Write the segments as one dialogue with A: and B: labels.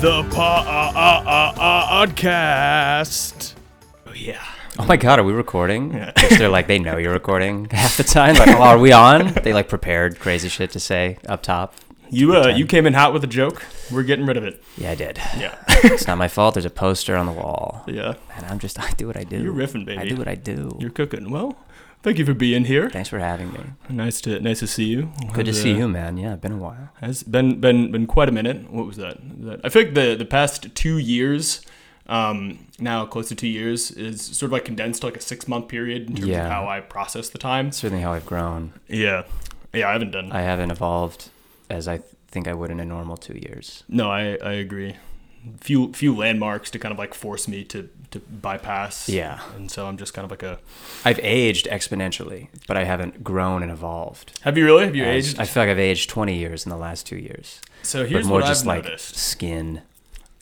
A: the podcast.
B: Oh, yeah.
C: Oh my god, are we recording? Which they're like, they know you're recording half the time. Like, oh, are we on? They like prepared crazy shit to say up top.
B: You uh, you came in hot with a joke. We're getting rid of it.
C: Yeah, I did.
B: Yeah.
C: It's not my fault. There's a poster on the wall,
B: yeah.
C: and I'm just I do what I do.
B: You're riffing, baby.
C: I do what I do.
B: You're cooking. Well, thank you for being here.
C: Thanks for having me.
B: Nice to nice to see you.
C: Good to
B: Has,
C: see
B: uh,
C: you, man. Yeah, been a while.
B: Has been been been quite a minute. What was that? that I think the the past two years, um, now close to two years, is sort of like condensed to like a six month period in terms
C: Yeah.
B: of how I process the time.
C: Certainly, how I've grown.
B: Yeah. Yeah, I haven't done.
C: I haven't evolved as I think I would in a normal two years.
B: no, I I agree. Few few landmarks to kind of like force me to to bypass.
C: Yeah.
B: And so I'm just kind of like a.
C: I've aged exponentially, but I haven't grown and evolved.
B: Have you really? Have you
C: As-
B: aged?
C: I feel like I've aged 20 years in the last two years,
B: So here's
C: but more
B: what
C: just
B: I've
C: like
B: noticed.
C: skin.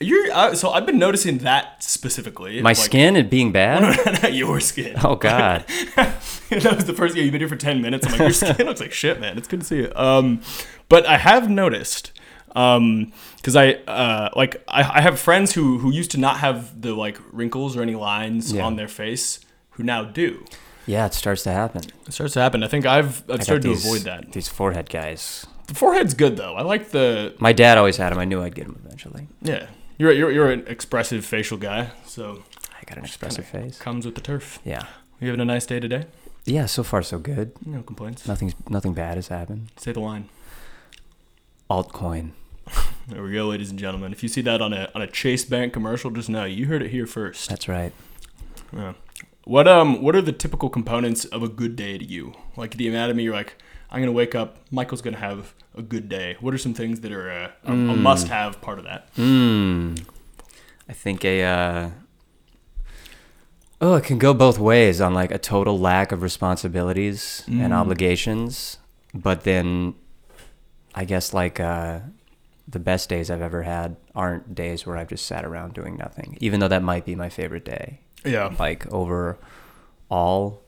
B: You're uh, so I've been noticing that specifically.
C: My
B: like,
C: skin and being bad.
B: not your skin.
C: Oh God!
B: that was the first. Yeah, you've been here for ten minutes. I'm like, your skin looks like shit, man. It's good to see you. Um, but I have noticed, um, because I uh like I, I have friends who who used to not have the like wrinkles or any lines
C: Yeah.
B: on their face who now do.
C: Yeah, it starts to happen.
B: It starts to happen. I think I've I've
C: I got
B: started
C: these-
B: to avoid that.
C: These forehead guys.
B: The forehead's good though. I like the
C: My dad always had them. I knew I'd get them eventually.
B: yeah. You're you're you're an expressive facial guy, so
C: I got an expressive face.
B: comes with the turf.
C: Yeah.
B: You having a nice day today?
C: Yeah. So far, so good.
B: No complaints.
C: Nothing's nothing bad has happened.
B: Say the line.
C: Altcoin.
B: There we go, ladies and gentlemen. If you see that on a on a Chase Bank commercial, just know you heard it here first.
C: That's right.
B: Yeah. What um what are the typical components of a good day to you? Like the anatomy, you're like, I'm gonna wake up. Michael's gonna have a good day. What are some things that are uh, a, a
C: Hmm.
B: must-have part of that?
C: Mmm. I think a. Uh, oh, it can go both ways on like a total lack of responsibilities and obligations, but then, I guess like uh, the best days I've ever had aren't days where I've just sat around doing nothing, even though that might be my favorite day.
B: Yeah.
C: Like over all.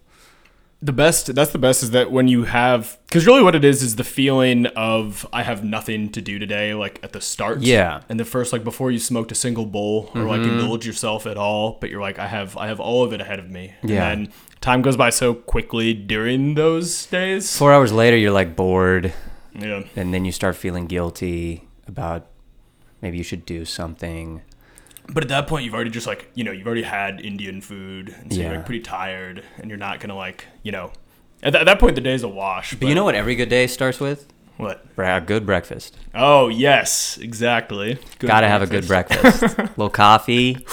B: The best that's the best is that when you have because really what it is is the feeling of I have nothing to do today, like at the start.
C: Yeah. Mm-hmm.
B: And the first like before you smoked a single bowl or like indulge yourself at all, but you're like, I have I have all of it ahead of me.
C: Yeah.
B: And then time goes by so quickly during those days.
C: Four hours later, you're like bored.
B: yeah.
C: and then you start feeling guilty about maybe you should do something.
B: But at that point you've already just like you know, you've already had Indian food and so you're
C: Yeah.
B: like pretty tired and you're not gonna like, you know at, tha- at that point the day's a wash.
C: But you know what every good day starts with?
B: what?
C: Bre- A good breakfast.
B: Oh yes, exactly. Good
C: Gotta have a good breakfast. little coffee.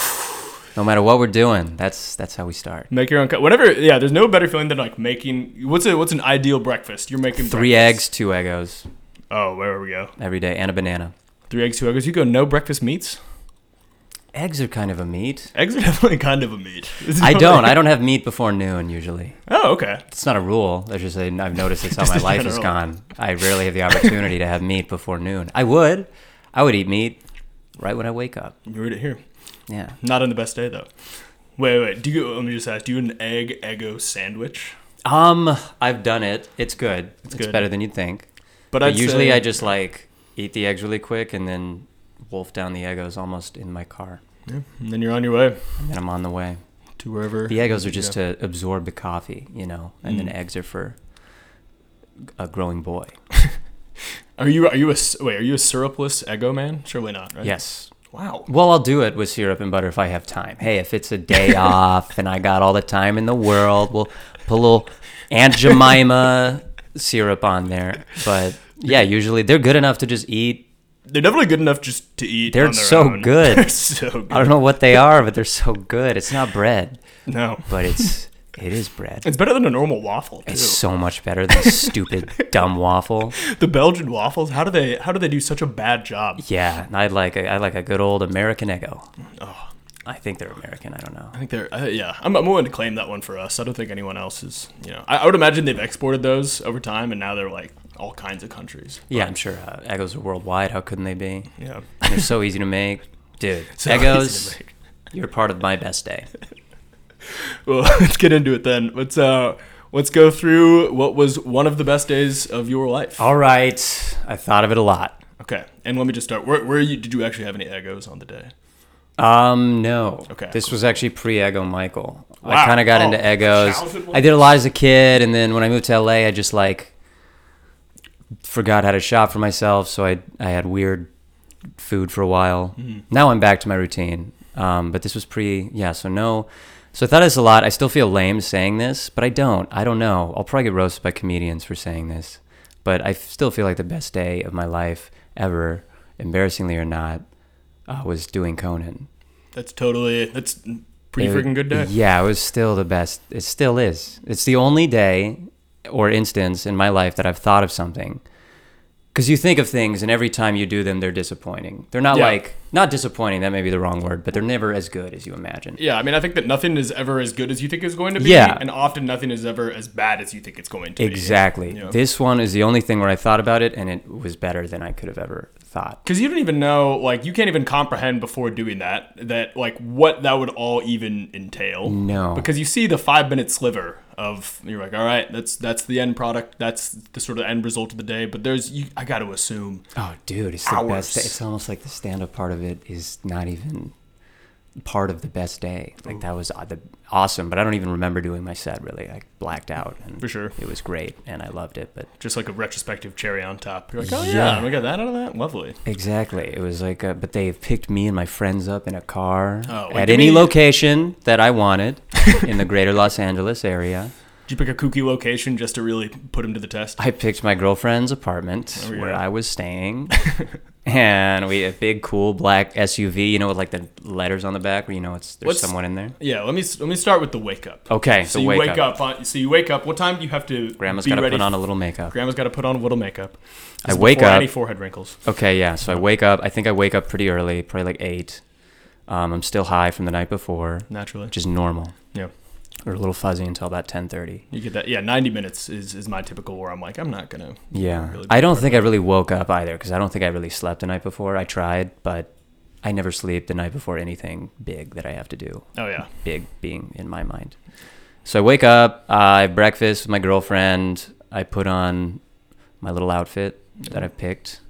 C: No matter what we're doing, that's that's how we start.
B: Make your own. Co- whatever. Yeah, there's no better feeling than like making. What's a what's an ideal breakfast? You're making
C: Three
B: breakfast.
C: eggs, two egos
B: Oh, where we go?
C: every day, and a banana.
B: Three eggs, two eggs. You go no breakfast meats.
C: Eggs are kind of a meat.
B: Eggs are definitely kind of a meat.
C: I don't. I don't have meat before noon usually.
B: Oh, okay.
C: It's not a rule. That's just i I've noticed it's how my
B: Just
C: life
B: not a
C: is
B: rule.
C: gone. I rarely have the opportunity to have meat before noon. I would. I would eat meat right when I wake up.
B: You heard it here.
C: Yeah.
B: Not on the best day though. Wait, wait. Do you? Let me just ask. Do you an egg eggo sandwich?
C: Um, I've done it. It's good. It's,
B: good.
C: better than you'd think.
B: But,
C: But
B: I'd
C: usually
B: say-
C: I just like eat the eggs really quick and then wolf down the egos almost in my car.
B: And then you're on your way
C: And then I'm on the way.
B: to wherever.
C: The egos are just
B: Yeah.
C: to absorb the coffee, you know, and
B: Mm.
C: then eggs are for a growing boy.
B: Are you? Are you a? s- Wait. Are you a syrupless eggo man? Surely not. Right.
C: Yes.
B: Wow.
C: Well, I'll do it with syrup and butter if I have time. Hey, if it's a day off and I got all the time in the world, we'll put a little Aunt Jemima syrup on there. But yeah, usually they're good enough to just eat
B: They're definitely good enough just to eat.
C: They're
B: on their
C: so
B: own.
C: good.
B: They're so good.
C: I don't know what they are, but they're so good. It's not bread,
B: No.
C: but it's it is bread.
B: It's better than a normal waffle. Too.
C: It's so much better than stupid dumb waffle.
B: The Belgian waffles. How do they? How do they do such a bad job?
C: Yeah, and I like a, I like a good old American Eggo.
B: Oh.
C: I think they're American. I don't know.
B: I think they're. Uh, yeah, I'm, I'm willing to claim that one for us. I don't think anyone else is. You know, I, I would imagine they've exported those over time, and now they're like all kinds of countries.
C: Yeah, I'm sure uh, Eggos are worldwide. How couldn't they be?
B: Yeah.
C: They're so easy to make, dude.
B: So easy
C: Eggos,
B: to make.
C: you're part of my best day.
B: Well, let's get into it then. Let's uh, let's go through what was one of the best days of your life.
C: All right, I thought of it a lot.
B: Okay, and let me just start. Where, where you, did you actually have any egos on the day?
C: Um, no.
B: Okay,
C: This
B: cool.
C: was actually pre Ego Michael.
B: Wow.
C: I kind of got
B: Oh,
C: into Egos.
B: childhood
C: I did a lot as a kid, and then when I moved to LA, I just like forgot how to shop for myself, so I I had weird food for a while.
B: Mm-hmm.
C: Now I'm back to my routine. Um, but this was pre, yeah. So no. So I thought it's a lot. I still feel lame saying this, but I don't. I don't know. I'll probably get roasted by comedians for saying this, but I still feel like the best day of my life ever, embarrassingly or not, uh, was doing Conan.
B: That's totally. That's a pretty
C: It-
B: freaking good day.
C: Yeah, it was still the best. It still is. It's the only day or instance in my life that I've thought of something. Because you think of things, and every time you do them, they're disappointing. They're not
B: Yeah.
C: like, not disappointing, that may be the wrong word, but they're never as good as you imagine.
B: Yeah, I mean, I think that nothing is ever as good as you think it's going to be,
C: Yeah.
B: and often nothing is ever as bad as you think it's going to
C: Exactly.
B: be.
C: This one is the only thing where I thought about it, and it was better than I could have ever thought.
B: Because you don't even know, like, you can't even comprehend before doing that, that, like, what that would all even entail.
C: No.
B: Because you see the five minute sliver of, you're like, all right, that's that's the end product. That's the sort of end result of the day. But there's, you, I got to assume.
C: Oh, dude, it's the
B: Hours.
C: best. Day. It's almost like the stand-up part of it is not even part of the best day. Like that was aw- the, awesome, but I don't even remember doing my set really. I blacked out, and
B: For sure.
C: it was great, and I loved it. But
B: Just like a retrospective cherry on top. You're like, oh,
C: Yeah.
B: yeah, we got that out of that? Lovely.
C: exactly, it was like. uh but they picked me and my friends up in a car
B: Oh, like,
C: at
B: give
C: any
B: me-
C: location that I wanted in the greater Los Angeles area.
B: Did you pick a kooky location just to really put him to the test?
C: I picked my girlfriend's apartment
B: Oh, yeah.
C: where I was staying. And we a big cool black SUV, you know, with like the letters on the back, where you know it's there's
B: What's-
C: someone in there.
B: Yeah, let me let me start with the wake up.
C: Okay,
B: So
C: the
B: you
C: wake
B: wake, up. on, so you wake up. What time do you have to?
C: Grandma's
B: be
C: got to
B: ready?
C: put on a little makeup.
B: Grandma's got to put on a little makeup.
C: I wake
B: before
C: up-
B: Any forehead wrinkles.
C: Okay, yeah. So I wake up. I think I wake up pretty early, probably like eight. Um, I'm still high from the night before,
B: Naturally.
C: which is normal,
B: yeah.
C: or a little fuzzy until about ten thirty.
B: You get that. Yeah, 90 minutes is, is my typical where I'm like, I'm not going to.
C: Yeah,
B: Really
C: I don't think I really woke up either because I don't think I really slept the night before. I tried, but I never sleep the night before anything big that I have to do.
B: Oh, yeah.
C: big being in my mind. So I wake up, I have breakfast with my girlfriend, I put on my little outfit that I picked.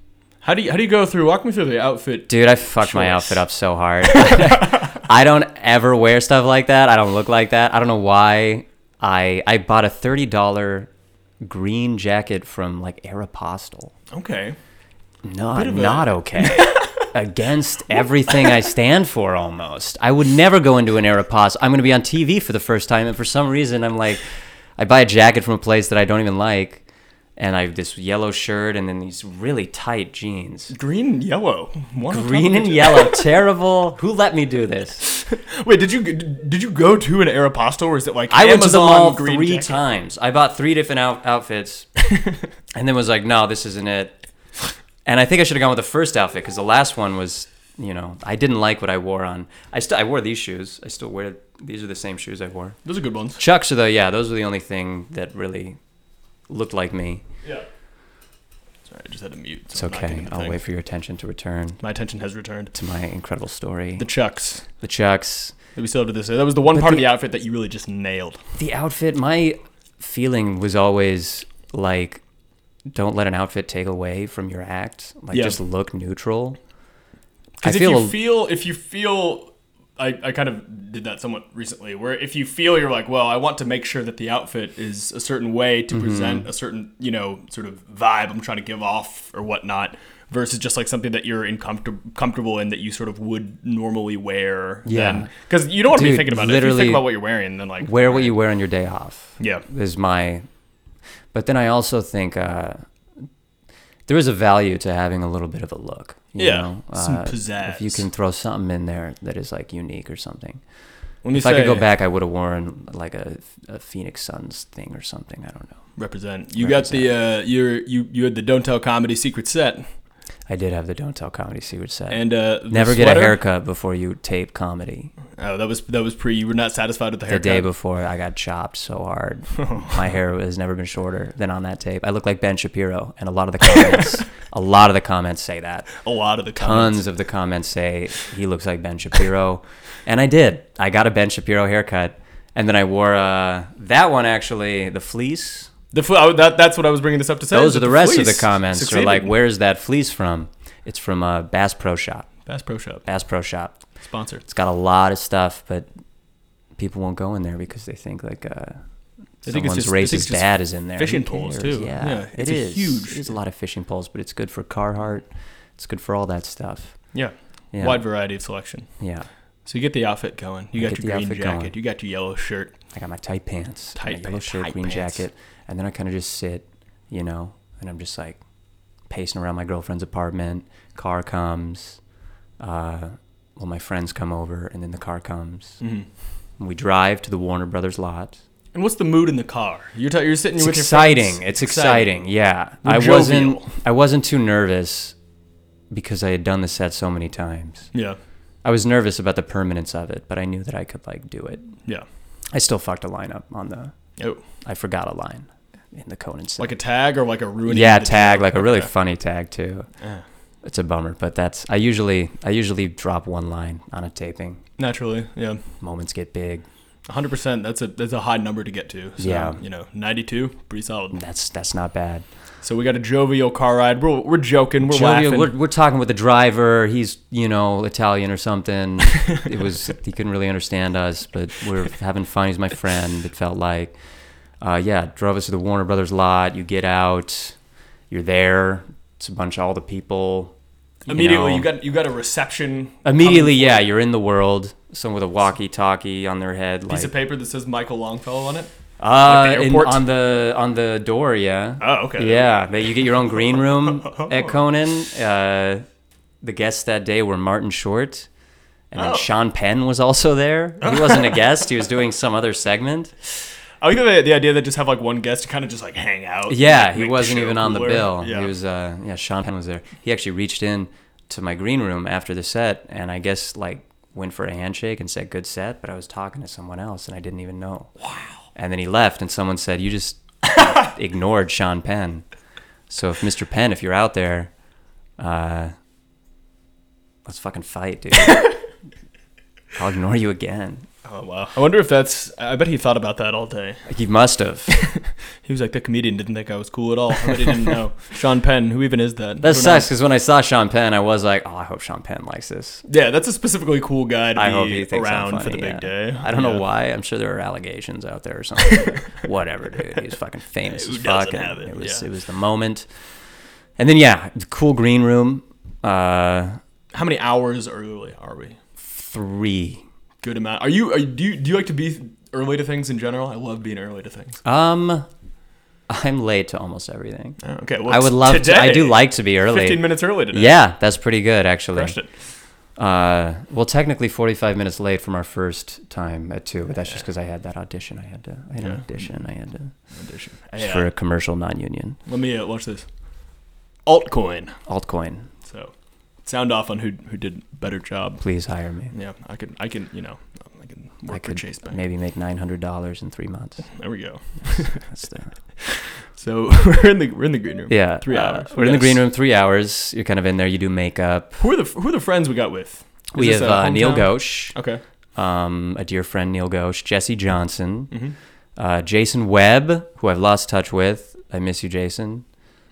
B: How do you, how do you go through? Walk me through the outfit.
C: Dude, I fucked my
B: Choice.
C: outfit up so hard. I don't ever wear stuff like that. I don't look like that. I don't know why. I I bought a thirty dollar green jacket from like Aeropostale.
B: Okay.
C: Not
B: Bit of a-
C: not okay. Against everything I stand for, almost. I would never go into an Aeropostale. I'm going to be on TV for the first time, and for some reason, I'm like, I buy a jacket from a place that I don't even like, and I have this yellow shirt and then these really tight jeans.
B: Green and yellow. One on top
C: Green
B: of
C: and
B: each-
C: yellow, terrible. Who let me do this?
B: Wait, did you did you go to an Aeropostale or is it like
C: I
B: Amazon
C: went to the mall
B: green
C: three
B: jacket?
C: times. I bought three different out- outfits, and then was like, "No, this isn't it." And I think I should have gone with the first outfit because the last one was, you know, I didn't like what I wore on. I still I wore these shoes. I still wear these are the same shoes I wore.
B: Those are good ones.
C: Chucks are the yeah. Those were the only thing that really looked like me.
B: Yeah. Sorry, I just had to mute.
C: It's okay. I'll wait for your attention to return
B: My attention has returned.
C: to my incredible story.
B: The Chucks.
C: The Chucks.
B: that we still have to this day. That was the one
C: But
B: part of
C: the-
B: the outfit that you really just nailed.
C: the outfit my feeling was always like don't let an outfit take away from your act like
B: Yeah.
C: just look neutral i
B: Because if
C: feel,
B: you feel, if you feel, I, I kind of did that somewhat recently, where if you feel you're like, well, I want to make sure that the outfit is a certain way
C: Mm-hmm.
B: to present a certain, you know, sort of vibe I'm trying to give off or whatnot, versus just like something that you're incomfortable comfortable in that you sort of would normally wear.
C: Yeah.
B: Because you don't want to be
C: Dude,
B: thinking about it. If you
C: literally-
B: think about what you're wearing, then like,
C: wear what you wear on your day off
B: yeah.
C: is my but then i also think uh there is a value to having a little bit of a look you
B: Yeah,
C: know?
B: some
C: Uh,
B: pizzazz.
C: if you can throw something in there that is like unique or something
B: Let me
C: if i could go back i would have worn like a, a phoenix suns thing or something i don't know
B: represent. You got the uh, you you you had the Don't Tell Comedy secret set
C: i did have the don't tell comedy secret set
B: and uh, the
C: Never get a
B: sweater.
C: haircut before you tape comedy.
B: Oh, that was that was pre. You were not satisfied with the
C: The
B: haircut.
C: day before, I got chopped so hard. My hair has never been shorter than on that tape. I look like Ben Shapiro, and a lot of the comments, a lot of the comments say that.
B: a lot of the comments.
C: Tons of the comments say he looks like Ben Shapiro, and I did. I got a Ben Shapiro haircut, and then I wore uh, that one actually, the fleece.
B: The fl- I, that, that's what I was bringing this up to say.
C: Those
B: is
C: are
B: that
C: the rest of
B: fleece
C: the comments are
B: succeeded.
C: like, "Where's that fleece from?" It's from uh, Bass Pro Shop.
B: Bass Pro Shop
C: Bass Pro Shop.
B: sponsor.
C: It's got a lot of stuff, but people won't go in there because they think like uh,
B: They think it's
C: someone's
B: just- they think it's
C: racist
B: just
C: dad is in there. Who
B: fishing poles,
C: cares?
B: too.
C: Yeah,
B: Yeah, it's
C: it's it
B: a
C: is
B: huge-
C: It is a lot of fishing poles, but it's good for Carhartt. It's good for all that stuff.
B: Yeah.
C: Yeah.
B: Wide variety of selection.
C: Yeah.
B: So you get the outfit going. You
C: I
B: got
C: get
B: your
C: the
B: green
C: outfit
B: jacket.
C: going.
B: You got your yellow shirt.
C: I got my tight pants,
B: Tight
C: my yellow
B: pants,
C: shirt,
B: tight
C: green
B: pants.
C: jacket, and then I kind of just sit, you know, and I'm just like pacing around my girlfriend's apartment. Car comes, uh, well, my friends come over, and then the car comes.
B: Mm-hmm.
C: And we drive to the Warner Brothers lot.
B: And what's the mood in the car? You're t- you're sitting
C: It's
B: with your
C: exciting.
B: friends.
C: It's exciting. Yeah,
B: We're
C: I wasn't.
B: jovial.
C: I wasn't too nervous because I had done the set so many times.
B: Yeah.
C: I was nervous about the permanence of it, but I knew that I could like do it.
B: Yeah.
C: I still fucked a line up on the.
B: Oh,
C: I forgot a line in the Conan set.
B: like a tag or like a ruining.
C: yeah,
B: the
C: tag
B: joke?
C: like a really
B: Okay.
C: funny tag too.
B: Yeah.
C: It's a bummer, but that's I usually I usually drop one line on a taping.
B: Naturally, yeah,
C: Moments get big.
B: 100. percent That's a that's a high number to get to. So,
C: Yeah.
B: you know, 92, pretty solid.
C: That's that's not bad.
B: So we got a jovial car ride. We're, we're joking. We're
C: Jovial,
B: laughing.
C: we're, we're talking with the driver. He's you know Italian or something. it was he couldn't really understand us, but we're having fun. He's my friend. It felt like, uh, yeah, drove us to the Warner Brothers lot. You get out, you're there. It's a bunch of all the people. you
B: Immediately,
C: know.
B: you got you got a reception.
C: Immediately,
B: coming
C: yeah, you're in the world. Someone with a walkie-talkie on their head,
B: for you.
C: like
B: Piece of paper that says Michael Longfellow on it.
C: uh,
B: Like the
C: in-
B: airport?
C: on the on the door, yeah,
B: Oh, okay.
C: yeah. That you get your own green room at Conan. Uh, the guests that day were Martin Short, and then
B: Oh.
C: Sean Penn was also there. He wasn't a guest; he was doing some other segment.
B: I like Oh, the, the idea that just have like one guest to kind of just like hang out.
C: Yeah,
B: Like,
C: he
B: make the
C: wasn't
B: show
C: even on the
B: cooler.
C: bill.
B: Yeah.
C: He was, uh, yeah, Sean Penn was there. He actually reached in to my green room after the set, and I guess like went for a handshake and said good set, but I was talking to someone else and I didn't even know. Wow. And then he left, and someone said you just ignored Sean Penn. So if Mr. Penn, if you're out there, uh, let's fucking fight, dude. I'll ignore you again.
B: Oh wow. I wonder if that's. I bet he thought about that all day.
C: Like he must have.
B: He was like, the comedian didn't think I was cool at all. I bet he didn't know. Sean Penn, who even is that?
C: That
B: Who
C: sucks because when I saw Sean Penn, I was like, oh, I hope Sean Penn likes this.
B: knows? Yeah, that's a specifically cool guy to
C: I
B: be
C: hope he thinks
B: around
C: I'm funny,
B: for the big
C: yeah.
B: day.
C: I don't
B: Yeah.
C: know why. I'm sure there are allegations out there or something. but Whatever, dude. He's fucking famous
B: Who
C: as fuck.
B: doesn't
C: and
B: have it?
C: was
B: Yeah.
C: it was the moment. And then yeah, the cool green room. Uh,
B: How many hours early are we?
C: three.
B: Good amount. Are you? Are you do you do you like to be early to things in general? I love being early to things.
C: Um, I'm late to almost everything.
B: Oh, Okay, well,
C: I would love
B: today,
C: to. I do like to be early.
B: fifteen minutes early today.
C: Yeah, that's pretty good actually.
B: Crushed it.
C: Uh, well, technically 45 minutes late from our first time at two, but that's just because I had that audition. I had to. I had an
B: Yeah.
C: audition. I had to
B: Audition.
C: just
B: Yeah.
C: for a commercial non-union
B: Let me uh, watch this. Altcoin.
C: altcoin.
B: So, sound off on who who did better job.
C: Please hire me.
B: Yeah, I can I can you know I can work for
C: I could
B: Chase Bank.
C: maybe make nine hundred dollars in three months.
B: There we go.
C: That's the,
B: So we're in the we're in the green room.
C: yeah,
B: Three
C: uh,
B: hours.
C: we're in the
B: Yes.
C: green room three hours. You're kind of in there. You do makeup.
B: Who are the who are the friends we got with? Is
C: we
B: this,
C: have uh, Neil
B: hometown?
C: Ghosh,
B: Okay.
C: um, a dear friend Neil Ghosh, Jesse Johnson,
B: hmm
C: uh, Jason Webb, who I've lost touch with. I miss you, Jason.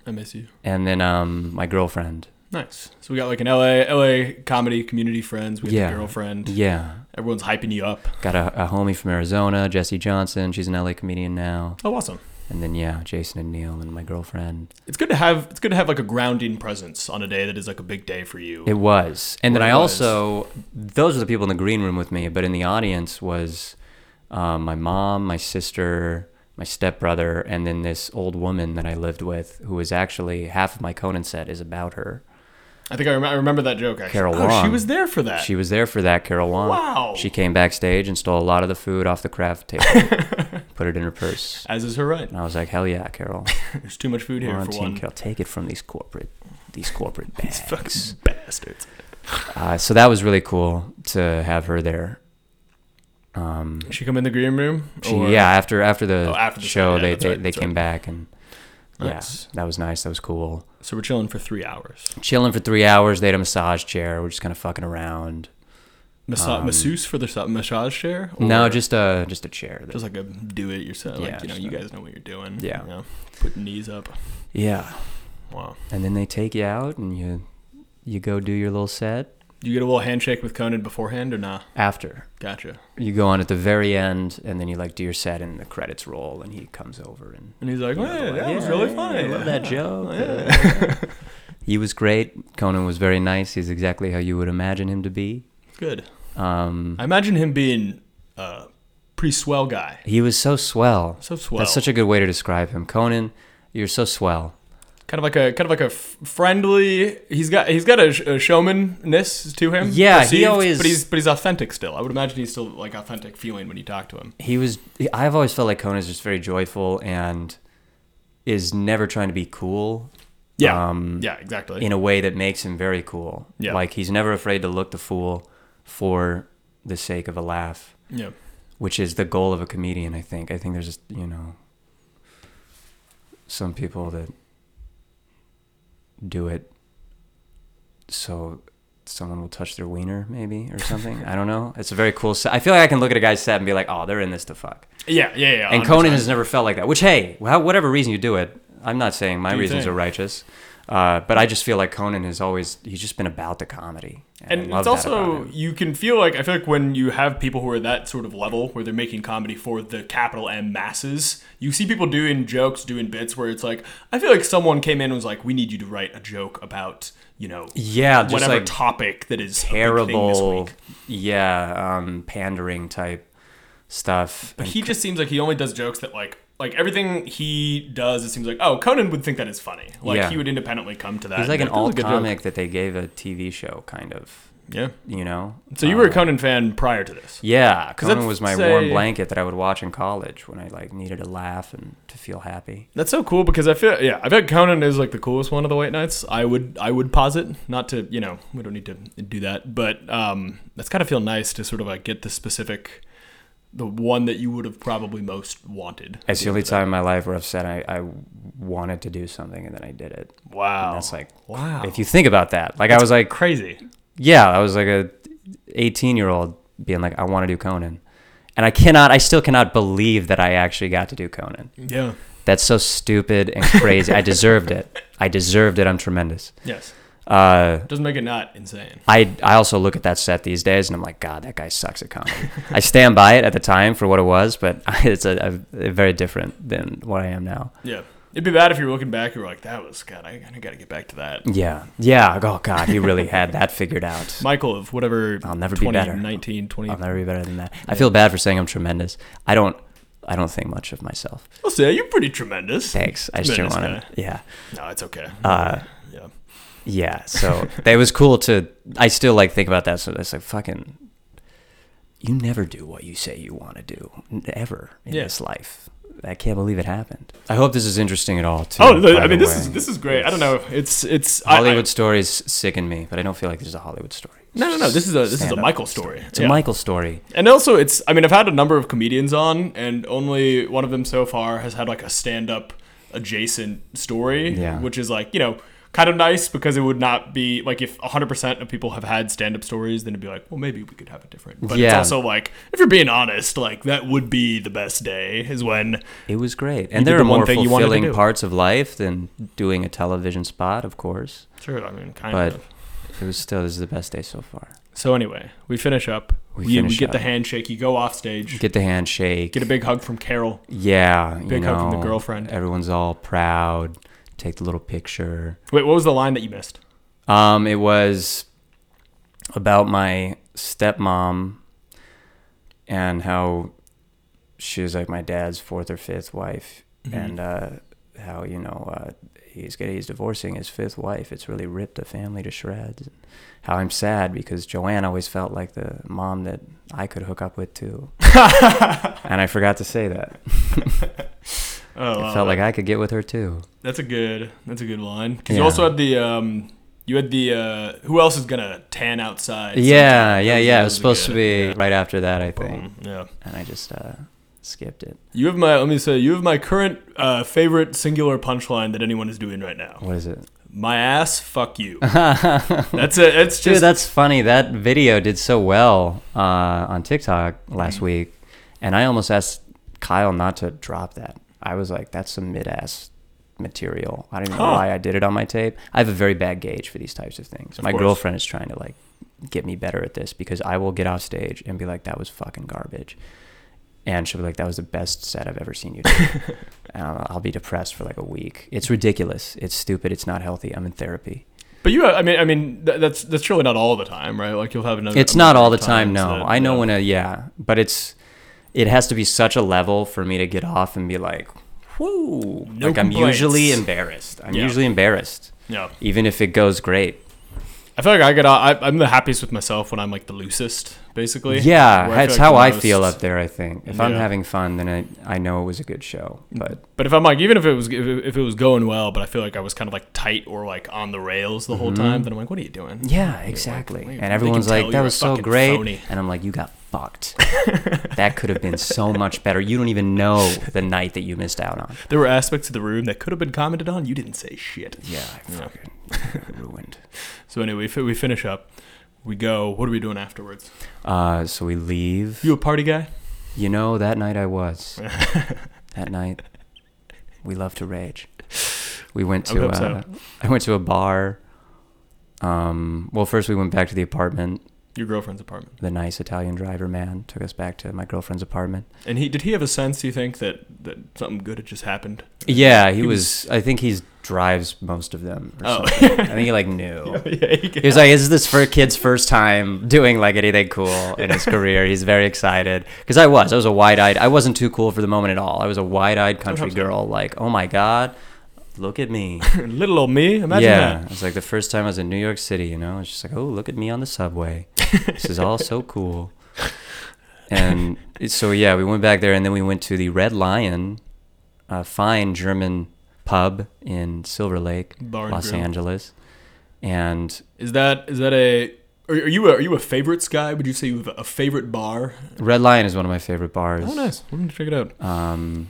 B: I miss you.
C: And then um, my girlfriend.
B: Nice. So we got like an LA LA comedy community friends. We got
C: Yeah.
B: a girlfriend.
C: Yeah,
B: Everyone's hyping you up.
C: got a, a homie from Arizona, Jesse Johnson. She's an LA comedian now.
B: Oh, awesome.
C: And then yeah, Jason and Neil and my girlfriend.
B: It's good to have it's good to have like a grounding presence on a day that is like a big day for you.
C: It was. And then
B: Well,
C: I
B: it was.
C: also, those were the people in the green room with me, but in the audience was um, my mom, my sister, my stepbrother, and then this old woman that I lived with who was actually half of my Conan set is about her.
B: I think I, rem- I remember that joke actually.
C: Carol
B: oh, she
C: Wong.
B: was there for that.
C: She was there for that, Carol Wong.
B: Wow.
C: She came backstage and stole a lot of the food off the craft table, put it in her purse.
B: As is her right.
C: And I was like, hell yeah, Carol.
B: There's too much food
C: We're
B: here
C: on
B: for
C: Team
B: one.
C: Carol. Take it from these corporate, these corporate bags.
B: Fucking bastards.
C: Uh, so that was really cool to have her there. Um,
B: She come in the green room.
C: she,
B: Or-
C: yeah, after after the,
B: Oh, after the
C: show,
B: show, yeah,
C: they
B: that's
C: they,
B: right,
C: they
B: that's
C: came back and
B: Nice.
C: yeah, that was nice. That was cool.
B: So we're chilling for three hours.
C: Chilling for three hours. They had a massage chair. We're just kind of fucking around.
B: Massa-
C: Um,
B: masseuse for the sa- massage chair?
C: no,
B: Or
C: just a just a chair. that-
B: just like a do it yourself.
C: Yeah,
B: like, you know,
C: just
B: you
C: a-
B: guys know what you're doing.
C: Yeah.
B: You know, putting knees up.
C: yeah,
B: Wow.
C: and then they take you out and you you go do your little set
B: You get a little handshake with Conan beforehand or nah?
C: after.
B: Gotcha.
C: You go on at the very end, and then you like do your set, and the credits roll, and he comes over and
B: And he's like,
C: you know,
B: "Hey, Oh,
C: they're like,
B: that was
C: "Yeah,
B: really
C: yeah,
B: funny.
C: I love that
B: Yeah."
C: joke.
B: Yeah.
C: He was great. Conan was very nice. He's exactly how you would imagine him to be.
B: Good.
C: Um,
B: I imagine him being a pretty swell guy.
C: he was so swell.
B: So swell.
C: That's such a good way to describe him. Conan, you're so swell.
B: kind of like a kind of like a f- friendly. He's got he's got a, sh- a showmanness to him.
C: Yeah, he
B: perceived,
C: always-
B: But he's but he's authentic still. I would imagine he's still like authentic feeling when you talk to him.
C: He was. I've always felt like Conan's just very joyful and is never trying to be cool.
B: Yeah.
C: Um,
B: yeah. Exactly.
C: in a way that makes him very cool.
B: Yeah.
C: Like he's never afraid to look the fool for the sake of a laugh,
B: yeah.
C: which is the goal of a comedian. I think. I think there's just you know some people that do it so someone will touch their wiener maybe or something. I don't know. It's a very cool set. I feel like I can look at a guy's set and be like, oh, they're in this to fuck.
B: Yeah. Yeah. Yeah.
C: And
B: 100%.
C: Conan has never felt like that. Which, hey, wha- whatever reason you do it, I'm not saying my
B: Do you
C: reasons
B: think?
C: are righteous, uh, but I just feel like Conan has always he's just been about the comedy. I
B: And it's
C: love that
B: also
C: about him.
B: you can feel like I feel like when you have people who are that sort of level where they're making comedy for the capital M masses, you see people doing jokes, doing bits where it's like I feel like someone came in and was like, "We need you to write a joke about you know
C: yeah, just
B: whatever
C: like
B: topic that is a big thing this
C: terrible,
B: week."
C: yeah, um, pandering type stuff.
B: But he just seems like he only does jokes that like like everything he does. It seems like oh Conan would think that is funny. Like
C: Yeah.
B: he would independently come to that.
C: He's
B: and
C: like
B: be
C: an
B: "That was a
C: alt
B: good joke."
C: comic that they gave a TV show, kind of.
B: Yeah.
C: You know.
B: So you were a
C: Uh,
B: Conan fan prior to this.
C: yeah,
B: I'd
C: Conan was my warm
B: say-
C: blanket that I would watch in college when I like needed a laugh and to feel happy.
B: That's so cool because I feel yeah I feel like Conan is like the coolest one of the late nights. I would I would posit not to you know we don't need to do that, but um that's gotta feel nice to sort of like get the specific the one that you would have probably most wanted.
C: It's the only time in my life where I've said I, I wanted to do something and then I did it.
B: Wow,
C: And that's like,
B: wow,
C: if you think about that, like I was like,
B: crazy.
C: yeah, I was like a 18 year old being like, I want to do Conan. And I cannot, I still cannot believe that I actually got to do Conan.
B: Yeah.
C: That's so stupid and crazy. I deserved it. I deserved it. I'm tremendous.
B: Yes.
C: Uh,
B: Doesn't make it not insane.
C: I, I also look at that set these days and I'm like, God, that guy sucks at comedy. I stand by it at the time for what it was, but it's a, a very different than what I am now.
B: Yeah. It'd be bad if you were looking back, you were like, that was, God, I, I gotta get back to that.
C: Yeah. Yeah. Oh God, he really had that figured out.
B: Michael of whatever
C: I'll never be better.
B: 2019, 20.
C: I'll never be better than that. I feel bad for saying I'm tremendous. I don't. I don't think much of myself.
B: I'll say, you're pretty tremendous.
C: Thanks. I just don't
B: Tremendous
C: want to. Yeah.
B: No, it's okay.
C: Uh,
B: yeah.
C: yeah. So that was cool to. I still like think about that. So that's like fucking. You never do what you say you want to do ever in
B: Yeah.
C: this life. I can't believe it happened. I hope this is interesting at all. Too,
B: Oh, the-
C: by
B: I mean,
C: the
B: this is
C: way.
B: this is great. I don't know. It's it's I-
C: Hollywood stories sicken me, but I don't feel like this is a Hollywood story.
B: I, no, no, no. This is a this is a
C: Stand-up
B: Michael story.
C: It's
B: Yeah.
C: a Michael story.
B: And also, it's I mean, I've had a number of comedians on, and only one of them so far has had like a stand-up adjacent story,
C: Yeah.
B: which is like you know kind of nice because it would not be like if 100% of people have had stand-up stories then it'd be like well maybe we could have it different but it's
C: Yeah.
B: also like if you're being honest like that would be the best day is when
C: It was great,
B: You
C: and there
B: did
C: are
B: the one
C: more
B: thing you wanted to do.
C: fulfilling parts of life than doing a television spot, of course.
B: sure i mean kind
C: But-
B: of
C: It was still this is the best day so far.
B: so anyway we finish up we,
C: We
B: we
C: finish
B: get the
C: up.
B: handshake you go off stage
C: Get the handshake.
B: get a big hug from carol
C: yeah, you
B: big hug from the
C: know,
B: girlfriend.
C: Everyone's all proud. Take the little picture.
B: wait what was the line that you missed
C: Um, it was about my stepmom and how she was like my dad's fourth or fifth wife,
B: Mhm.
C: and uh, how you know uh, he's getting he's divorcing his fifth wife. It's really ripped the family to shreds. And how I'm sad because Joanne always felt like the mom that I could hook up with too, and I forgot to say that.
B: oh
C: It
B: wow,
C: felt like I could get with her too.
B: That's a good. That's a good line. Because you
C: Yeah.
B: also had the um, you had the uh, who else is gonna tan outside?
C: yeah,
B: sometime?
C: yeah,
B: That was-
C: yeah.
B: that
C: It was supposed to
B: good.
C: be
B: Yeah.
C: right after that, I think,
B: Boom. Yeah.
C: and I just uh, skipped it.
B: You have my. Let me say. You have my current uh, favorite singular punchline that anyone is doing right now.
C: What is it?
B: My ass. Fuck you. that's it. It's
C: Dude,
B: just.
C: that's funny. That video did so well uh, on TikTok last week, and I almost asked Kyle not to drop that. I was like, "That's some mid-ass material. I don't even know
B: Huh.
C: why I did it on my tape. I have a very bad gauge for these types of things.
B: Of
C: my
B: course.
C: girlfriend is trying to like get me better at this because I will get off stage and be like, "That was fucking garbage," and she'll be like, "That was the best set I've ever seen you do." and I'll, I'll be depressed for like a week. It's ridiculous. It's stupid. It's not healthy. I'm in therapy.
B: But you, I mean, I mean, th- that's that's surely not all the time, right? Like you'll have another.
C: It's not all the time. No,
B: that-
C: I know
B: that-
C: when a yeah, but it's it has to be such a level for me to get off and be like, "Whoa!"
B: No
C: like I'm usually
B: complaints.
C: embarrassed. I'm
B: Yeah.
C: usually embarrassed,
B: Yeah,
C: even if it goes great.
B: I feel like I get. out- I, I'm the happiest with myself when I'm like the loosest, basically.
C: Yeah,
B: Where I feel like
C: that's how
B: the
C: I
B: most-
C: feel up there. I think if I'm
B: Yeah. Mm.
C: having fun, then I I know it was a good show. But
B: But if I'm like, even if it was if it if it was going well, but I feel like I was kind of like tight or like on the rails the
C: Mm-hmm.
B: whole time, then I'm like, what are you doing?
C: yeah, exactly.
B: wait,
C: and
B: they
C: everyone's
B: can tell
C: like, "That
B: you're a
C: was so
B: fucking
C: great,"
B: phony.
C: and I'm like, "You got fucked. that could have been so much better. You don't even know the night that you missed out on."
B: There were aspects of the room that could have been commented on. You didn't say shit.
C: Yeah, I
B: Yeah.
C: fucking ruined.
B: So anyway, we, fi- we finish up. We go. What are we doing afterwards?
C: Uh, so we leave.
B: You a party guy?
C: You know, that night I was. that night, we love to rage. We went
B: I would
C: to
B: hope
C: uh, I went to a bar. Um, well, first we went back to the apartment.
B: Your girlfriend's apartment.
C: The nice Italian driver man took us back to my girlfriend's apartment.
B: And he did he have a sense? You think that that something good had just happened?
C: Yeah, he,
B: He
C: was, I think he's drives most of them. Or
B: Oh.
C: something. I think he like knew.
B: yeah, he
C: He was like, "Is this for a kid's first time doing like anything cool in his career?" He's very excited because I was. I was a wide-eyed. I wasn't too cool for the moment at all. I was a wide-eyed country
B: Sometimes I-
C: girl. Like, oh my god, look at me.
B: Little old me. Imagine
C: yeah,
B: that.
C: it was like the first time I was in New York City. You know, it's just like, oh, look at me on the subway. this is all so cool. And it- so yeah, we went back there, and then we went to the Red Lion, a fine German pub in Silver Lake,
B: Bar and
C: Los
B: grill.
C: Angeles, and
B: Is that is that a are, are you a, are you a favorites guy? Would you say you have a favorite bar?
C: Red Lion is one of my favorite bars.
B: Oh, nice. Let me check it out.
C: Um,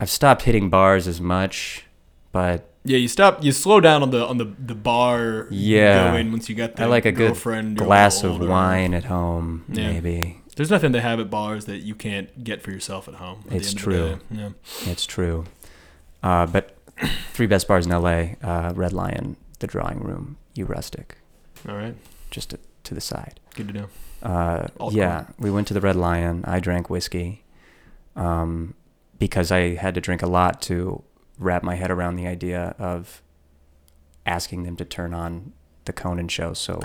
C: I've stopped hitting bars as much, but
B: Yeah, you stop. You slow down on the on the the bar.
C: Yeah.
B: Going once you got the
C: I like a good
B: girlfriend or
C: glass
B: little
C: of
B: older.
C: wine at home,
B: Yeah.
C: maybe.
B: There's nothing they have at bars that you can't get for yourself at home. at the
C: It's
B: end of the
C: true.
B: day. Yeah.
C: It's true. Uh, but three best bars in LA: uh, Red Lion, The Drawing Room, You Rustic,
B: All right.
C: just to, to the side.
B: Good to know.
C: Uh,
B: All
C: yeah, we went to the Red Lion. I drank whiskey um, because I had to drink a lot to wrap my head around the idea of asking them to turn on the Conan show so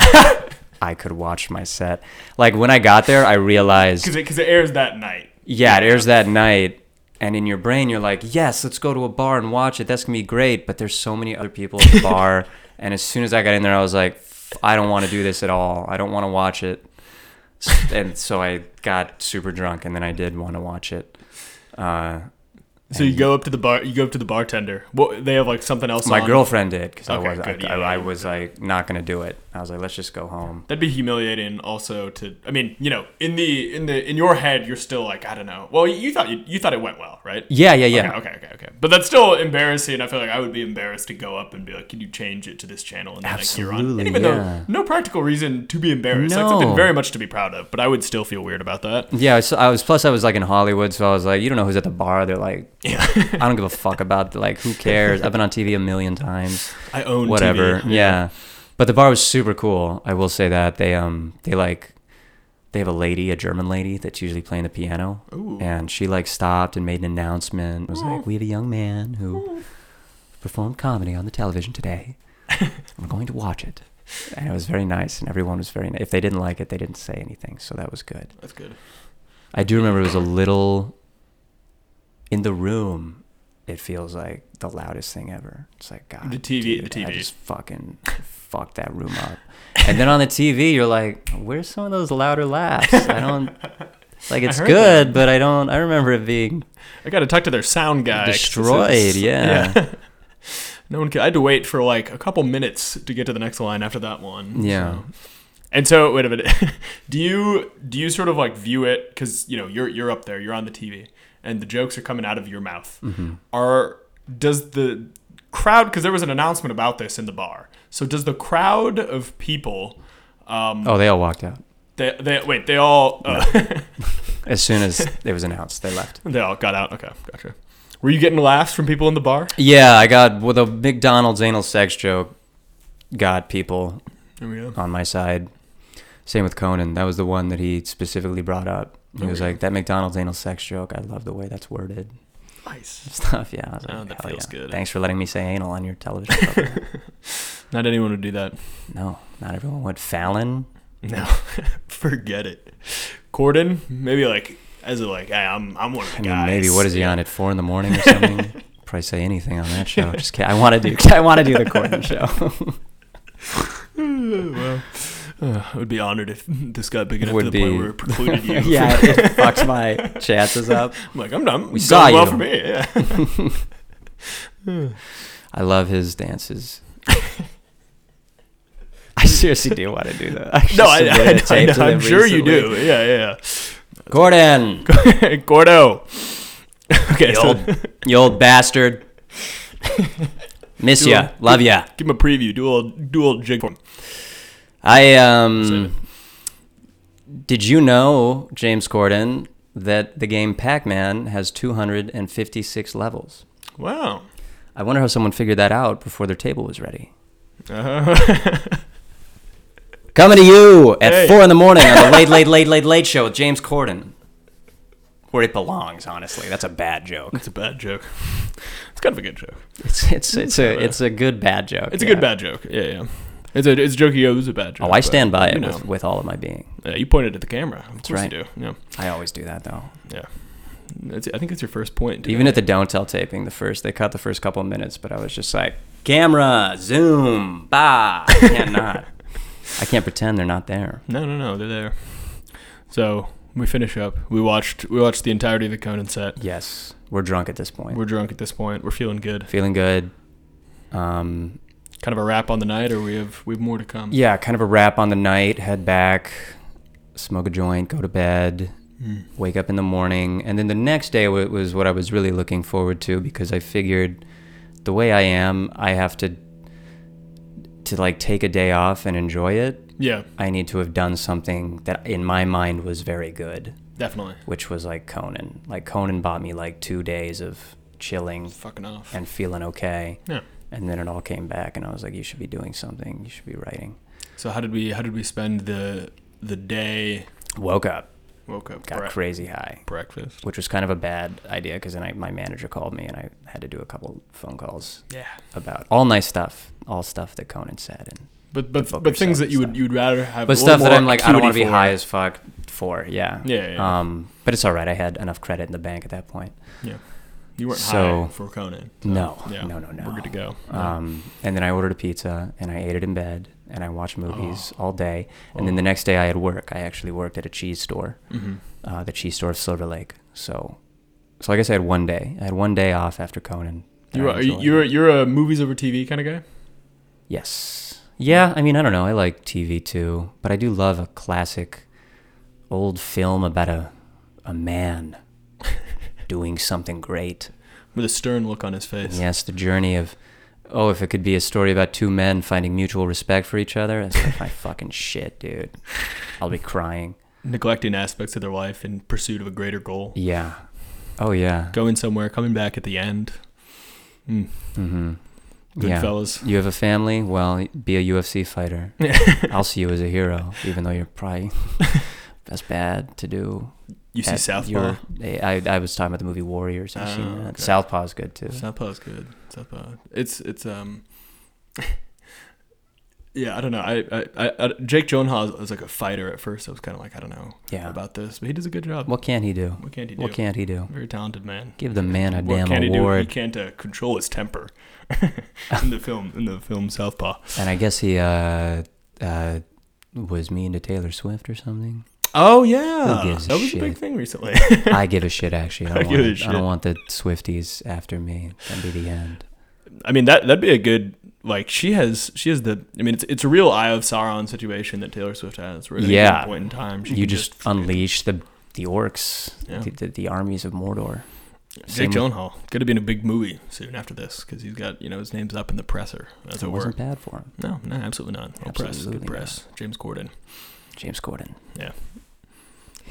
C: I could watch my set. Like when I got there, I realized,
B: Because it, 'cause it airs that night.
C: yeah, it airs that night. And in your brain, you're like, yes, let's go to a bar and watch it. That's going to be great. But there's so many other people at the bar. And as soon as I got in there, I was like, "F- I don't want to do this at all. I don't want to watch it. S- And so I got super drunk and then I did want to watch it. Uh,
B: So you go up to the bar. You go up to the bartender. What they have like something else.
C: my
B: on.
C: girlfriend did because
B: Okay,
C: I was,
B: good.
C: I,
B: Yeah,
C: I,
B: yeah,
C: I
B: yeah.
C: was like, not going to do it. I was like, let's just go home.
B: That'd be humiliating. Also, to I mean, you know, in the in the in your head, you're still like I don't know. Well, you thought you, you thought it went well, right?
C: Yeah, yeah, yeah.
B: Okay, okay, okay, okay. But that's still embarrassing. I feel like I would be embarrassed to go up and be like, "Can you change it to this channel?" And then, like, you're on. And
C: Absolutely,
B: even
C: yeah.
B: though no practical reason to be embarrassed, like something
C: No.
B: very much to be proud of. But I would still feel weird about that.
C: Yeah, so I was plus I was like in Hollywood, so I was like, you don't know who's at the bar. They're like,
B: Yeah.
C: I don't give a fuck about like who cares. I've been on TV a million times.
B: I own
C: Whatever.
B: TV.
C: Yeah. But the bar was super cool. I will say that they um they like they have a lady, a German lady that's usually playing the piano,
B: Ooh.
C: and she like stopped and made an announcement. It was like, we have a young man who performed comedy on the television today. We're going to watch it. And it was very nice, and everyone was very nice. If they didn't like it, they didn't say anything, so that was good.
B: That's good.
C: I do remember it was a little in the room. It feels like the loudest thing ever. It's like God,
B: The TV,
C: dude,
B: the
C: I
B: TV.
C: just fucking fucked that room up. And then on the TV, you're like, where's some of those louder laughs? I don't like it's
B: heard
C: good, but I don't. I remember it being
B: I got to talk to their sound guy. 'cause this
C: destroyed.
B: is-
C: Yeah,
B: No one could. I had to wait for like a couple minutes to get to the next line after that one.
C: Yeah.
B: so. And so, wait a minute. do you do you sort of like view it because you know you're you're up there, you're on the TV, and the jokes are coming out of your mouth.
C: Mm-hmm.
B: Are does the crowd because there was an announcement about this in the bar? So does the crowd of people? Um,
C: Oh, they all walked out
B: they, they wait. They all uh,
C: as soon as it was announced. They left.
B: they all got out. Okay, gotcha. Were you getting laughs from people in the bar?
C: Yeah, I got well, the McDonald's anal sex joke got people
B: Oh, yeah.
C: on my side. Same with Conan. That was the one that he specifically brought up. He
B: Oh,
C: was
B: yeah.
C: like, "That McDonald's anal sex joke. I love the way that's worded."
B: Nice.
C: Stuff. Yeah. I was like,
B: Oh, that
C: "Hell
B: feels
C: yeah.
B: good."
C: Thanks for letting me say anal on your television. program."
B: Not anyone would do that.
C: no, not everyone would. Fallon.
B: No, forget it. Corden, maybe like as a like, hey, I'm I'm one of the
C: I mean,
B: guys.
C: maybe what is he on at four in the morning or something? Probably say anything on that show. Just kidding. I want to do. I want to do the Corden show.
B: well, uh, I would be honored if this got big enough
C: Would
B: to the point
C: be.
B: where it precluded you.
C: yeah, it fucks my chances up.
B: I'm like I'm done.
C: We saw
B: well
C: you.
B: for me. Yeah.
C: I love his dances. I seriously do want to do that. I
B: No,
C: just
B: I,
C: submitted
B: I,
C: a
B: I,
C: tape to
B: am
C: them
B: sure you
C: recently.
B: do. Yeah, yeah.
C: Gordon,
B: yeah. Gordo. Okay,
C: you
B: so
C: old, you old bastard. Miss
B: Do
C: ya,
B: it.
C: love ya.
B: give him a preview. Do a little- do a little jig for him.
C: I
B: Excited.
C: um. Did you know, James Corden, that the game Pac-Man has 256 levels?
B: Wow.
C: I wonder how someone figured that out before their table was ready.
B: Uh-huh.
C: Coming to you at
B: Hey.
C: four in the morning on the late, late, late, late, late show with James Corden. Where it belongs, honestly. That's a bad joke.
B: It's a bad joke. It's kind of a good joke.
C: It's it's it's a it's a good bad joke.
B: It's a
C: yeah.
B: good bad joke. Yeah, yeah. It's a it's a joke. It was a bad joke.
C: Oh, I
B: but,
C: stand by it
B: you know.
C: with, with all of my being.
B: Yeah, you pointed at the camera. Of course
C: right.
B: you do. Yeah,
C: I always do that though.
B: yeah. That's, I think that's your first point. dude.
C: Even at the don't tell taping, the first they cut the first couple of minutes, but I was just like, camera, zoom, bah. I can't not. I can't pretend they're not there.
B: no, no, no. They're there. So we finish up. We watched we watched the entirety of the Conan set.
C: Yes, we're drunk at this point.
B: We're drunk at this point. We're feeling good.
C: feeling good. Um,
B: Kind of a wrap on the night, or we have we have more to come.
C: yeah, kind of a wrap on the night, head back, smoke a joint, go to bed,
B: Hmm.
C: wake up in the morning. And then the next day wa- was what I was really looking forward to because I figured the way I am, I have to to like take a day off and enjoy it.
B: Yeah,
C: I need to have done something that in my mind was very good,
B: definitely.
C: which was like Conan. Like Conan bought me like 2 days of chilling
B: Fucking off.
C: and feeling okay.
B: Yeah.
C: And then it all came back and I was like you should be doing something, you should be writing.
B: So how did we how did we spend the the day?
C: Woke up
B: Woke up.
C: got
B: brec-
C: crazy high,
B: breakfast.
C: which was kind of a bad idea because then I, my manager called me and I had to do a couple phone calls
B: Yeah.
C: about all nice stuff, all stuff that Conan said, and
B: But but
C: fuck
B: but things
C: yourself
B: that you would
C: stuff.
B: you would rather have.
C: but
B: a little
C: stuff that
B: more
C: I'm like I don't want to
B: acuity
C: be
B: for.
C: high as fuck for. Yeah.
B: Yeah, yeah, yeah.
C: Um, but it's all right. I had enough credit in the bank at that point.
B: You weren't
C: so-
B: high for Conan.
C: no,
B: yeah.
C: no, no, no.
B: We're good to go.
C: Um, and then I ordered a pizza and I ate it in bed and I watched movies
B: Oh.
C: all day. And then the next day I had work. I actually worked at a cheese store,
B: hmm
C: uh, the cheese store of Silver Lake. So, so I guess I had one day. I had one day off after Conan. that
B: You
C: I
B: are, you-
C: enjoyed.
B: you're you're a movies over TV kind of guy.
C: Yes. Yeah, I mean, I don't know. I like TV too, but I do love a classic old film about a a man doing something great.
B: with a stern look on his face.
C: Yes, the journey of oh, if it could be a story about two men finding mutual respect for each other, that's like my fucking shit, dude. I'll be crying.
B: Neglecting aspects of their life in pursuit of a greater goal.
C: Yeah. Oh yeah.
B: Going somewhere, coming back at the end. Mm,
C: Mm-hmm.
B: good
C: yeah.
B: fellas.
C: You have a family? Well, be a UFC fighter. I'll see you as a hero, even though you're probably that's bad to do.
B: You see
C: at
B: Southpaw.
C: your- I, I was talking about the movie Warriors. I've seen
B: Oh,
C: that.
B: okay.
C: Southpaw's good too.
B: Southpaw's good. Southpaw. It's it's um. yeah, I don't know. I I, I, I Jake Gyllenhaal is like a fighter at first. I was kind of like I don't know
C: Yeah.
B: about this, but he does a good job.
C: What can he do?
B: What can't he do?
C: What can't he do?
B: Very talented man.
C: Give the man a
B: What
C: damn
B: can he do? He
C: award.
B: can't uh, control his temper. in the film, in the film Southpaw.
C: And I guess he uh, uh, was mean to Taylor Swift or something.
B: Oh yeah,
C: Who gives a
B: that was a big
C: shit?
B: thing recently.
C: I give a shit actually. I
B: I
C: don't,
B: give
C: want,
B: a
C: it- I
B: shit.
C: don't want the Swifties after me. That'd be the end.
B: I mean that that'd be a good like she has she has the I mean it's it's a real Eye of Sauron situation that Taylor Swift has where at
C: Yeah.
B: any point in time she
C: you
B: can
C: just, unleash the the orcs,
B: Yeah.
C: the, the, the armies of Mordor.
B: Jake
C: same-
B: Gyllenhaal going to be in a big movie soon after this because he's got you know his name's up in the presser as
C: It
B: it were.
C: wasn't bad for him.
B: No, no, absolutely not. No press,
C: Absolutely
B: good press. James Corden,
C: James Corden.
B: yeah,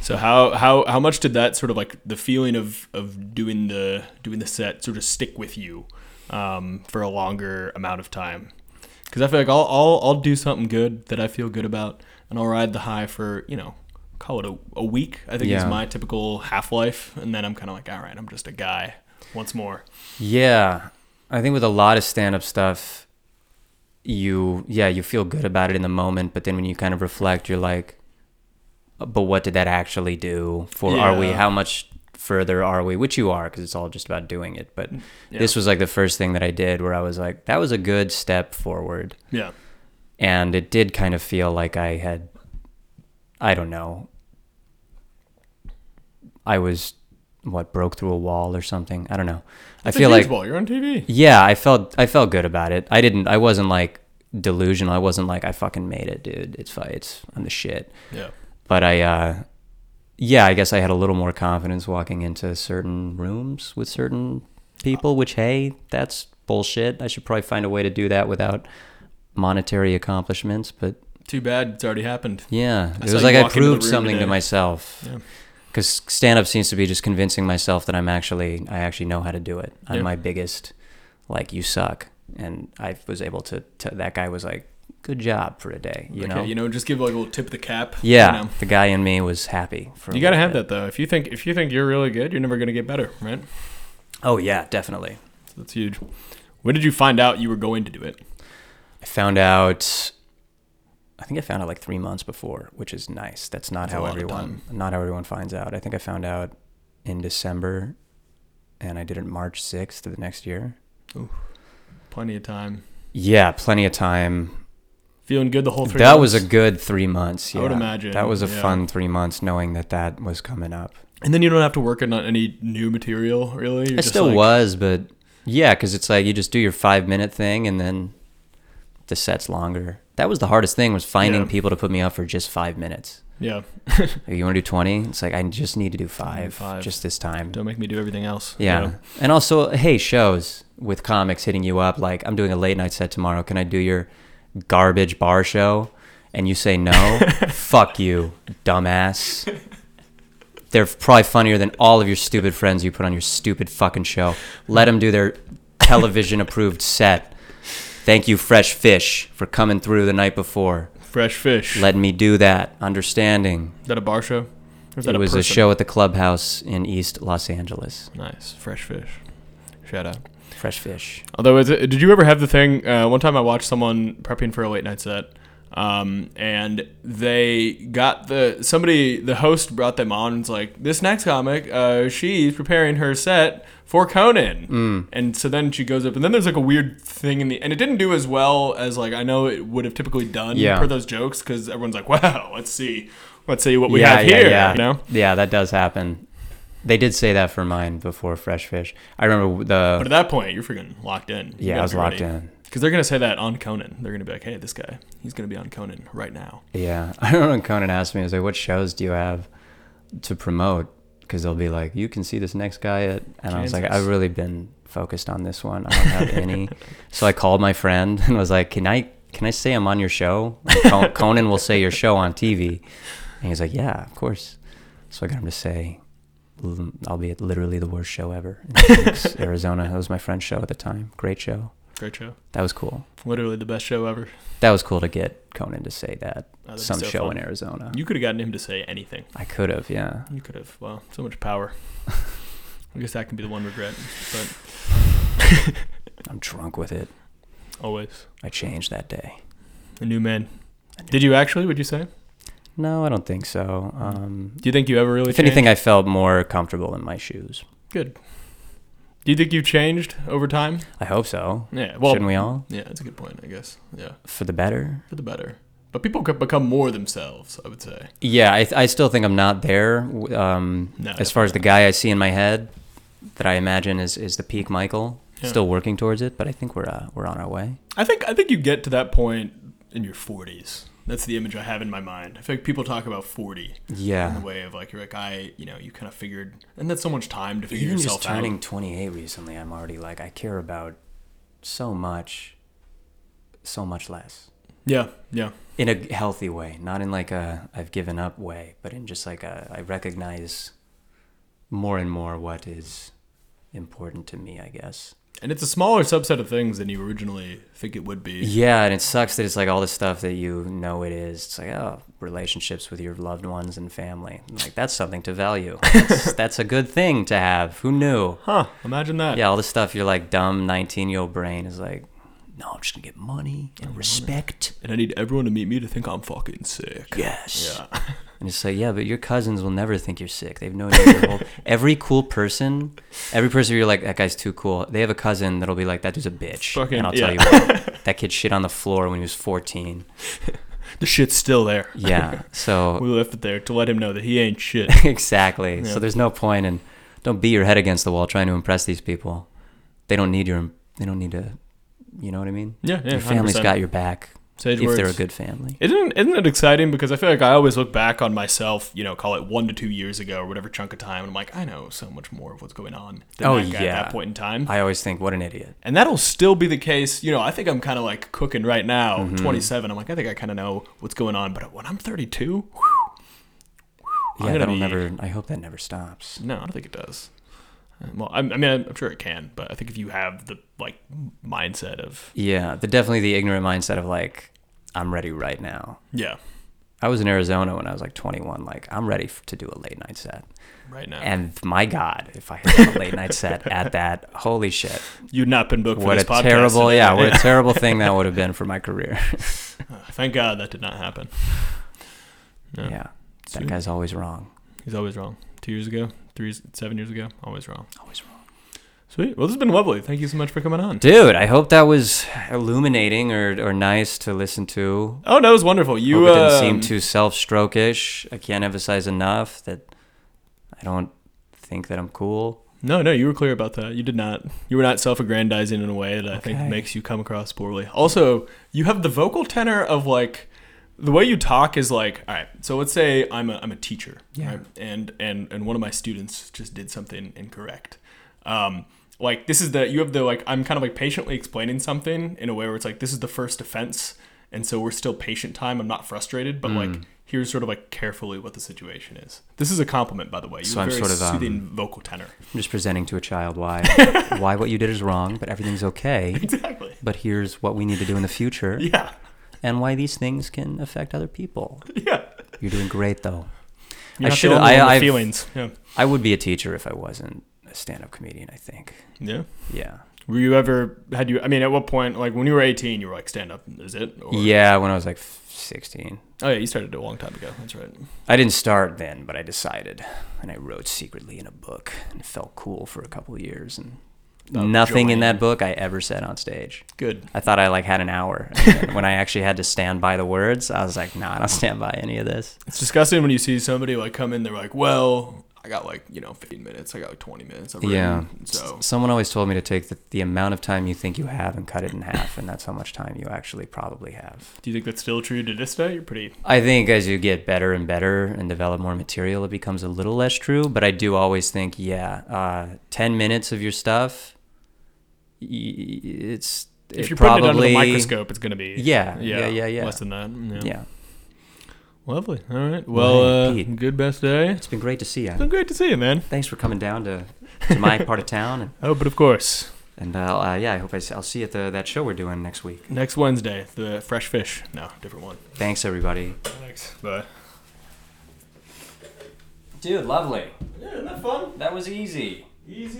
B: So how how how much did that sort of like the feeling of of doing the doing the set sort of stick with you um, for a longer amount of time? Because I feel like I'll, I'll I'll do something good that I feel good about, and I'll ride the high for you know call it a, a week. I think is
C: Yeah.
B: my typical half life, and then I'm kind of like, all right, I'm just a guy once more.
C: Yeah. I think with a lot of stand up stuff, you, yeah, you feel good about it in the moment, but then when you kind of reflect, you're like, but what did that actually do for, are we,
B: Yeah.
C: how much further are we? Which you are, because it's all just about doing it. But
B: Yeah.
C: this was like the first thing that I did where I was like, that was a good step forward.
B: Yeah,
C: and it did kind of feel like I had, I don't know, I was what broke through a wall or something. I don't know.
B: It's
C: I
B: a
C: feel
B: huge
C: like
B: ball. you're on TV.
C: yeah, I felt I felt good about it. I didn't. I wasn't like delusional. I wasn't like I fucking made it, dude. It's fine. It's I'm the shit.
B: Yeah,
C: But I, uh, yeah, I guess I had a little more confidence walking into certain rooms with certain people. Which hey, that's bullshit. I should probably find a way to do that without monetary accomplishments. But
B: too bad it's already happened.
C: yeah, it
B: saw
C: was
B: you
C: like I
B: walk into the
C: proved
B: room
C: something
B: today.
C: to myself.
B: Yeah.
C: Because stand up seems to be just convincing myself that I'm actually I actually know how to do it. I'm
B: Yeah.
C: my biggest like you suck, and I was able to. to that guy was like, good job for a day. You
B: okay,
C: know.
B: you know, just give like a little tip of the cap. you
C: yeah,
B: know.
C: the guy in me was happy. For
B: You gotta have that though. If you think if you think you're really good, you're never gonna get better, right?
C: Oh yeah, definitely.
B: So that's huge. When did you find out you were going to do it?
C: I found out. I think I found out like three months before, which is nice. That's not
B: That's a
C: how
B: lot of
C: everyone not how everyone finds out. I think I found out in December, and I did it March sixth of the next year.
B: Plenty of time.
C: Yeah, plenty of time.
B: Feeling good the whole three.
C: that
B: months?
C: was a good three months.
B: I
C: Yeah.
B: would imagine,
C: That was a
B: yeah.
C: fun three months knowing that that was coming up.
B: And then you don't have to work on any new material, really. You're
C: I
B: just
C: still
B: like-
C: was, but yeah, because it's like you just do your five minute thing and then the set's longer. That was the hardest thing was finding
B: Yeah.
C: people to put me up for just five minutes.
B: Yeah.
C: Like, you want to do 20? It's like, I just need to do five,
B: five.
C: just this time.
B: Don't make me do everything else.
C: Yeah. And also, hey, shows with comics hitting you up like, I'm doing a late night set tomorrow. Can I do your garbage bar show? And you say no. Fuck you, dumbass. They're probably funnier than all of your stupid friends you put on your stupid fucking show. Let them do their television approved set. Thank you, Fresh Fish, for coming through the night before.
B: Fresh fish.
C: Letting me do that. Understanding.
B: is that a bar show? Or is that
C: It was a
B: person?
C: show at the clubhouse in East Los Angeles.
B: Nice. Fresh fish. Shout out.
C: Fresh Fish.
B: Although, is it, did you ever have the thing? Uh, one time I watched someone prepping for a late night set, um, and they got the somebody, the host brought them on and was like, This next comic, uh, she's preparing her set for Conan.
C: Mm.
B: And so then she goes up, and then there's like a weird thing in the, and it didn't do as well as like I know it would have typically done
C: Yeah.
B: for those jokes because everyone's like, Wow, let's see. Let's see what we have here.
C: Yeah.
B: You know?
C: Yeah, that does happen. They did say that for mine before Fresh Fish. I remember
B: But
C: the
B: at that point, you're freaking locked in.
C: yeah, I was locked in.
B: Because they're going to say that on Conan. They're going to be like, hey, this guy, he's going to be on Conan right now.
C: Yeah, I remember when Conan asked me, he was like, "What shows do you have to promote?" Because they'll be like, "You can see this next guy at," and I was like,
B: Kansas.
C: "I've really been focused on this one. I don't have any." so I called my friend and was like, "Can I can I say I'm on your show? Like, Con- Conan will say your show on TV," and he's like, "Yeah, of course." So I got him to say. "L- I'll be at literally the worst show ever in Phoenix, Arizona. That was my friend's show at the time. Great show.
B: Great show.
C: That was cool.
B: Literally the best show ever. Oh,
C: That was cool to get Conan to say that.
B: that'd be
C: Some
B: so
C: show in
B: fun.
C: Arizona.
B: You could have gotten him to say anything.
C: I could have, yeah.
B: You could have. Wow, so much power. I guess that can be the one regret, but
C: I'm drunk with it.
B: always
C: I changed that day.
B: a new man. Did you actually? Would you say?
C: No, I don't think so. Um,
B: Do you think you ever really?
C: if
B: changed?
C: anything, I felt more comfortable in my shoes.
B: good. Do you think you changed over time?
C: I hope so.
B: Yeah. Well,
C: Shouldn't we all?
B: yeah, that's a good point. I guess. Yeah,
C: For the better.
B: for the better. But people could become more themselves. I would say.
C: Yeah, I, I still think I'm not there. w- Um,
B: No,
C: as far as the guy I see in my head that I imagine is, is the peak Michael,
B: Yeah.
C: still working towards it, but I think we're uh, we're on our way.
B: I think I think you get to that point in your 40s. That's the image I have in my mind. I feel like people talk about 40 in the
C: Yeah.
B: way of like you're like I, you know, you kind of figured, and that's so much time to figure
C: Even
B: yourself
C: just turning
B: out.
C: 28 recently, I'm already like, I care about so much, so much less.
B: Yeah. Yeah.
C: in a healthy way, not in like a I've given up way, but in just like a I recognize more and more what is important to me, I guess.
B: And it's a smaller subset of things than you originally think it would be.
C: Yeah, and it sucks that it's like all the stuff that you know it is. It's like oh, relationships with your loved ones and family. Like that's something to value. That's, that's a good thing to have. Who knew?
B: Huh. Imagine that.
C: Yeah, all this stuff your like dumb nineteen year old brain is like, no, I'm just gonna get money and respect.
B: And I need everyone to meet me to think I'm fucking sick.
C: Yes.
B: Yeah.
C: And it's like, yeah, but your cousins will never think you're sick. They've known you your whole. Every cool person, every person you're like, that guy's too cool. They have a cousin that'll be like, that dude's a bitch.
B: Fucking-
C: and I'll
B: yeah.
C: tell you what, that kid shit on the floor when he was 14.
B: The shit's still there.
C: Yeah. So
B: We left it there to let him know that he ain't shit.
C: exactly.
B: Yeah.
C: So there's no point in don't beat your head against the wall trying to impress these people. They don't need your. They don't need to. You know what I mean?
B: Yeah, yeah.
C: your family's
B: 100%.
C: got your back
B: Sage
C: if they're a
B: words.
C: good family.
B: Isn't isn't it exciting? Because I feel like I always look back on myself, you know, call it one to two years ago or whatever chunk of time, and I'm like, I know so much more of what's going on than
C: Oh,
B: that guy
C: yeah.
B: at that point in time.
C: I always think, what an idiot.
B: and that'll still be the case. You know, I think I'm kind of like cooking right now,
C: Mm-hmm.
B: 27. I'm like, I think I kind of know what's going on, but when I'm 32, whew, I'm
C: Yeah,
B: gonna
C: that'll
B: be-
C: never. I hope that never stops.
B: no, I don't think it does. Uh, Well, I, I mean, I'm sure it can, but I think if you have the like mindset of
C: Yeah, the definitely the ignorant mindset of like, I'm ready right now.
B: yeah,
C: I was in Arizona when I was like 21. Like, I'm ready f- to do a late night set.
B: right now,
C: And my God, if I had done a late night set at that, holy shit!
B: you've not been booked for
C: What
B: this
C: a
B: podcast.
C: terrible,
B: today.
C: yeah, what a terrible thing that would have been for my career.
B: Thank God that did not happen. Yeah.
C: Yeah, that guy's always wrong.
B: He's always wrong. Two years ago, three, years- seven years ago, always wrong.
C: Always wrong.
B: Sweet. Well, this has been lovely. Thank you so much for coming on.
C: Dude, I hope that was illuminating or or nice to listen to.
B: Oh, no, it was wonderful. You
C: hope it didn't
B: um,
C: seem too self-stroke-ish. I can't emphasize enough that I don't think that I'm cool.
B: No, no, you were clear about that. You did not. You were not self-aggrandizing in a way that I think
C: Okay.
B: makes you come across poorly. Also, you have the vocal tenor of like the way you talk is like, all right. So let's say I'm a I'm a teacher,
C: Yeah.
B: right? And and and one of my students just did something incorrect. Um, like this is the you have the like I'm kind of like patiently explaining something in a way where it's like this is the first offense, and so we're still patient time. I'm not frustrated, but
C: Mm.
B: like. Here's sort of like carefully what the situation is. This is a compliment, by the way. You
C: So
B: have
C: I'm
B: a very
C: sort of, um,
B: soothing vocal tenor.
C: I'm just presenting to a child why why what you did is wrong, but everything's okay.
B: Exactly.
C: But here's what we need to do in the future,
B: Yeah.
C: and why these things can affect other people.
B: Yeah.
C: You're doing great, though.
B: You're not
C: should-
B: the only
C: I-
B: one with
C: I've-
B: feelings. Yeah.
C: I would be a teacher if I wasn't a stand-up comedian. I think.
B: Yeah.
C: Yeah.
B: Were you ever had you I mean at what point like when you were 18 you were like stand up is it? Or,
C: Yeah. When I was like 16,
B: Oh yeah, you started a long time ago. That's right.
C: I didn't start then, but I decided, and I wrote secretly in a book, and it felt cool for a couple of years, and
B: Oh,
C: nothing in
B: Joanne.
C: that book I ever said on stage.
B: Good.
C: I thought I like had an hour. And then when I actually had to stand by the words, I was like, nah, I don't stand by any of this.
B: It's disgusting when you see somebody like come in they're like, "Well, I got like, you know, 15 minutes. I got like 20 minutes of
C: Yeah.
B: written, So,
C: Someone always told me to take the, the amount of time you think you have and cut it in half, and that's how much time you actually probably have.
B: do you think that's still true to this day? You're pretty
C: I think as you get better and better and develop more material, it becomes a little less true, but I do always think, yeah, uh, 10 minutes of your stuff, y- y- it's.
B: If
C: it
B: you're putting it under the
C: probably-
B: microscope, it's going to be
C: Yeah, yeah, yeah, yeah.
B: Less than that. Yeah.
C: Yeah.
B: Lovely. All right. Well,
C: Right,
B: uh,
C: Pete.
B: good best day. It's
C: It's been great to see
B: been
C: you.
B: great to see you, man.
C: Thanks for coming down to, to my part of town. And
B: Oh, but of course.
C: And uh, uh, yeah, I hope I will see you at the, that show we're doing next week.
B: Next Wednesday, the fresh fish. No, different one.
C: Thanks, everybody.
B: Thanks. Bye.
C: Dude, lovely.
B: Yeah, isn't that fun?
C: That was easy.
B: Easy.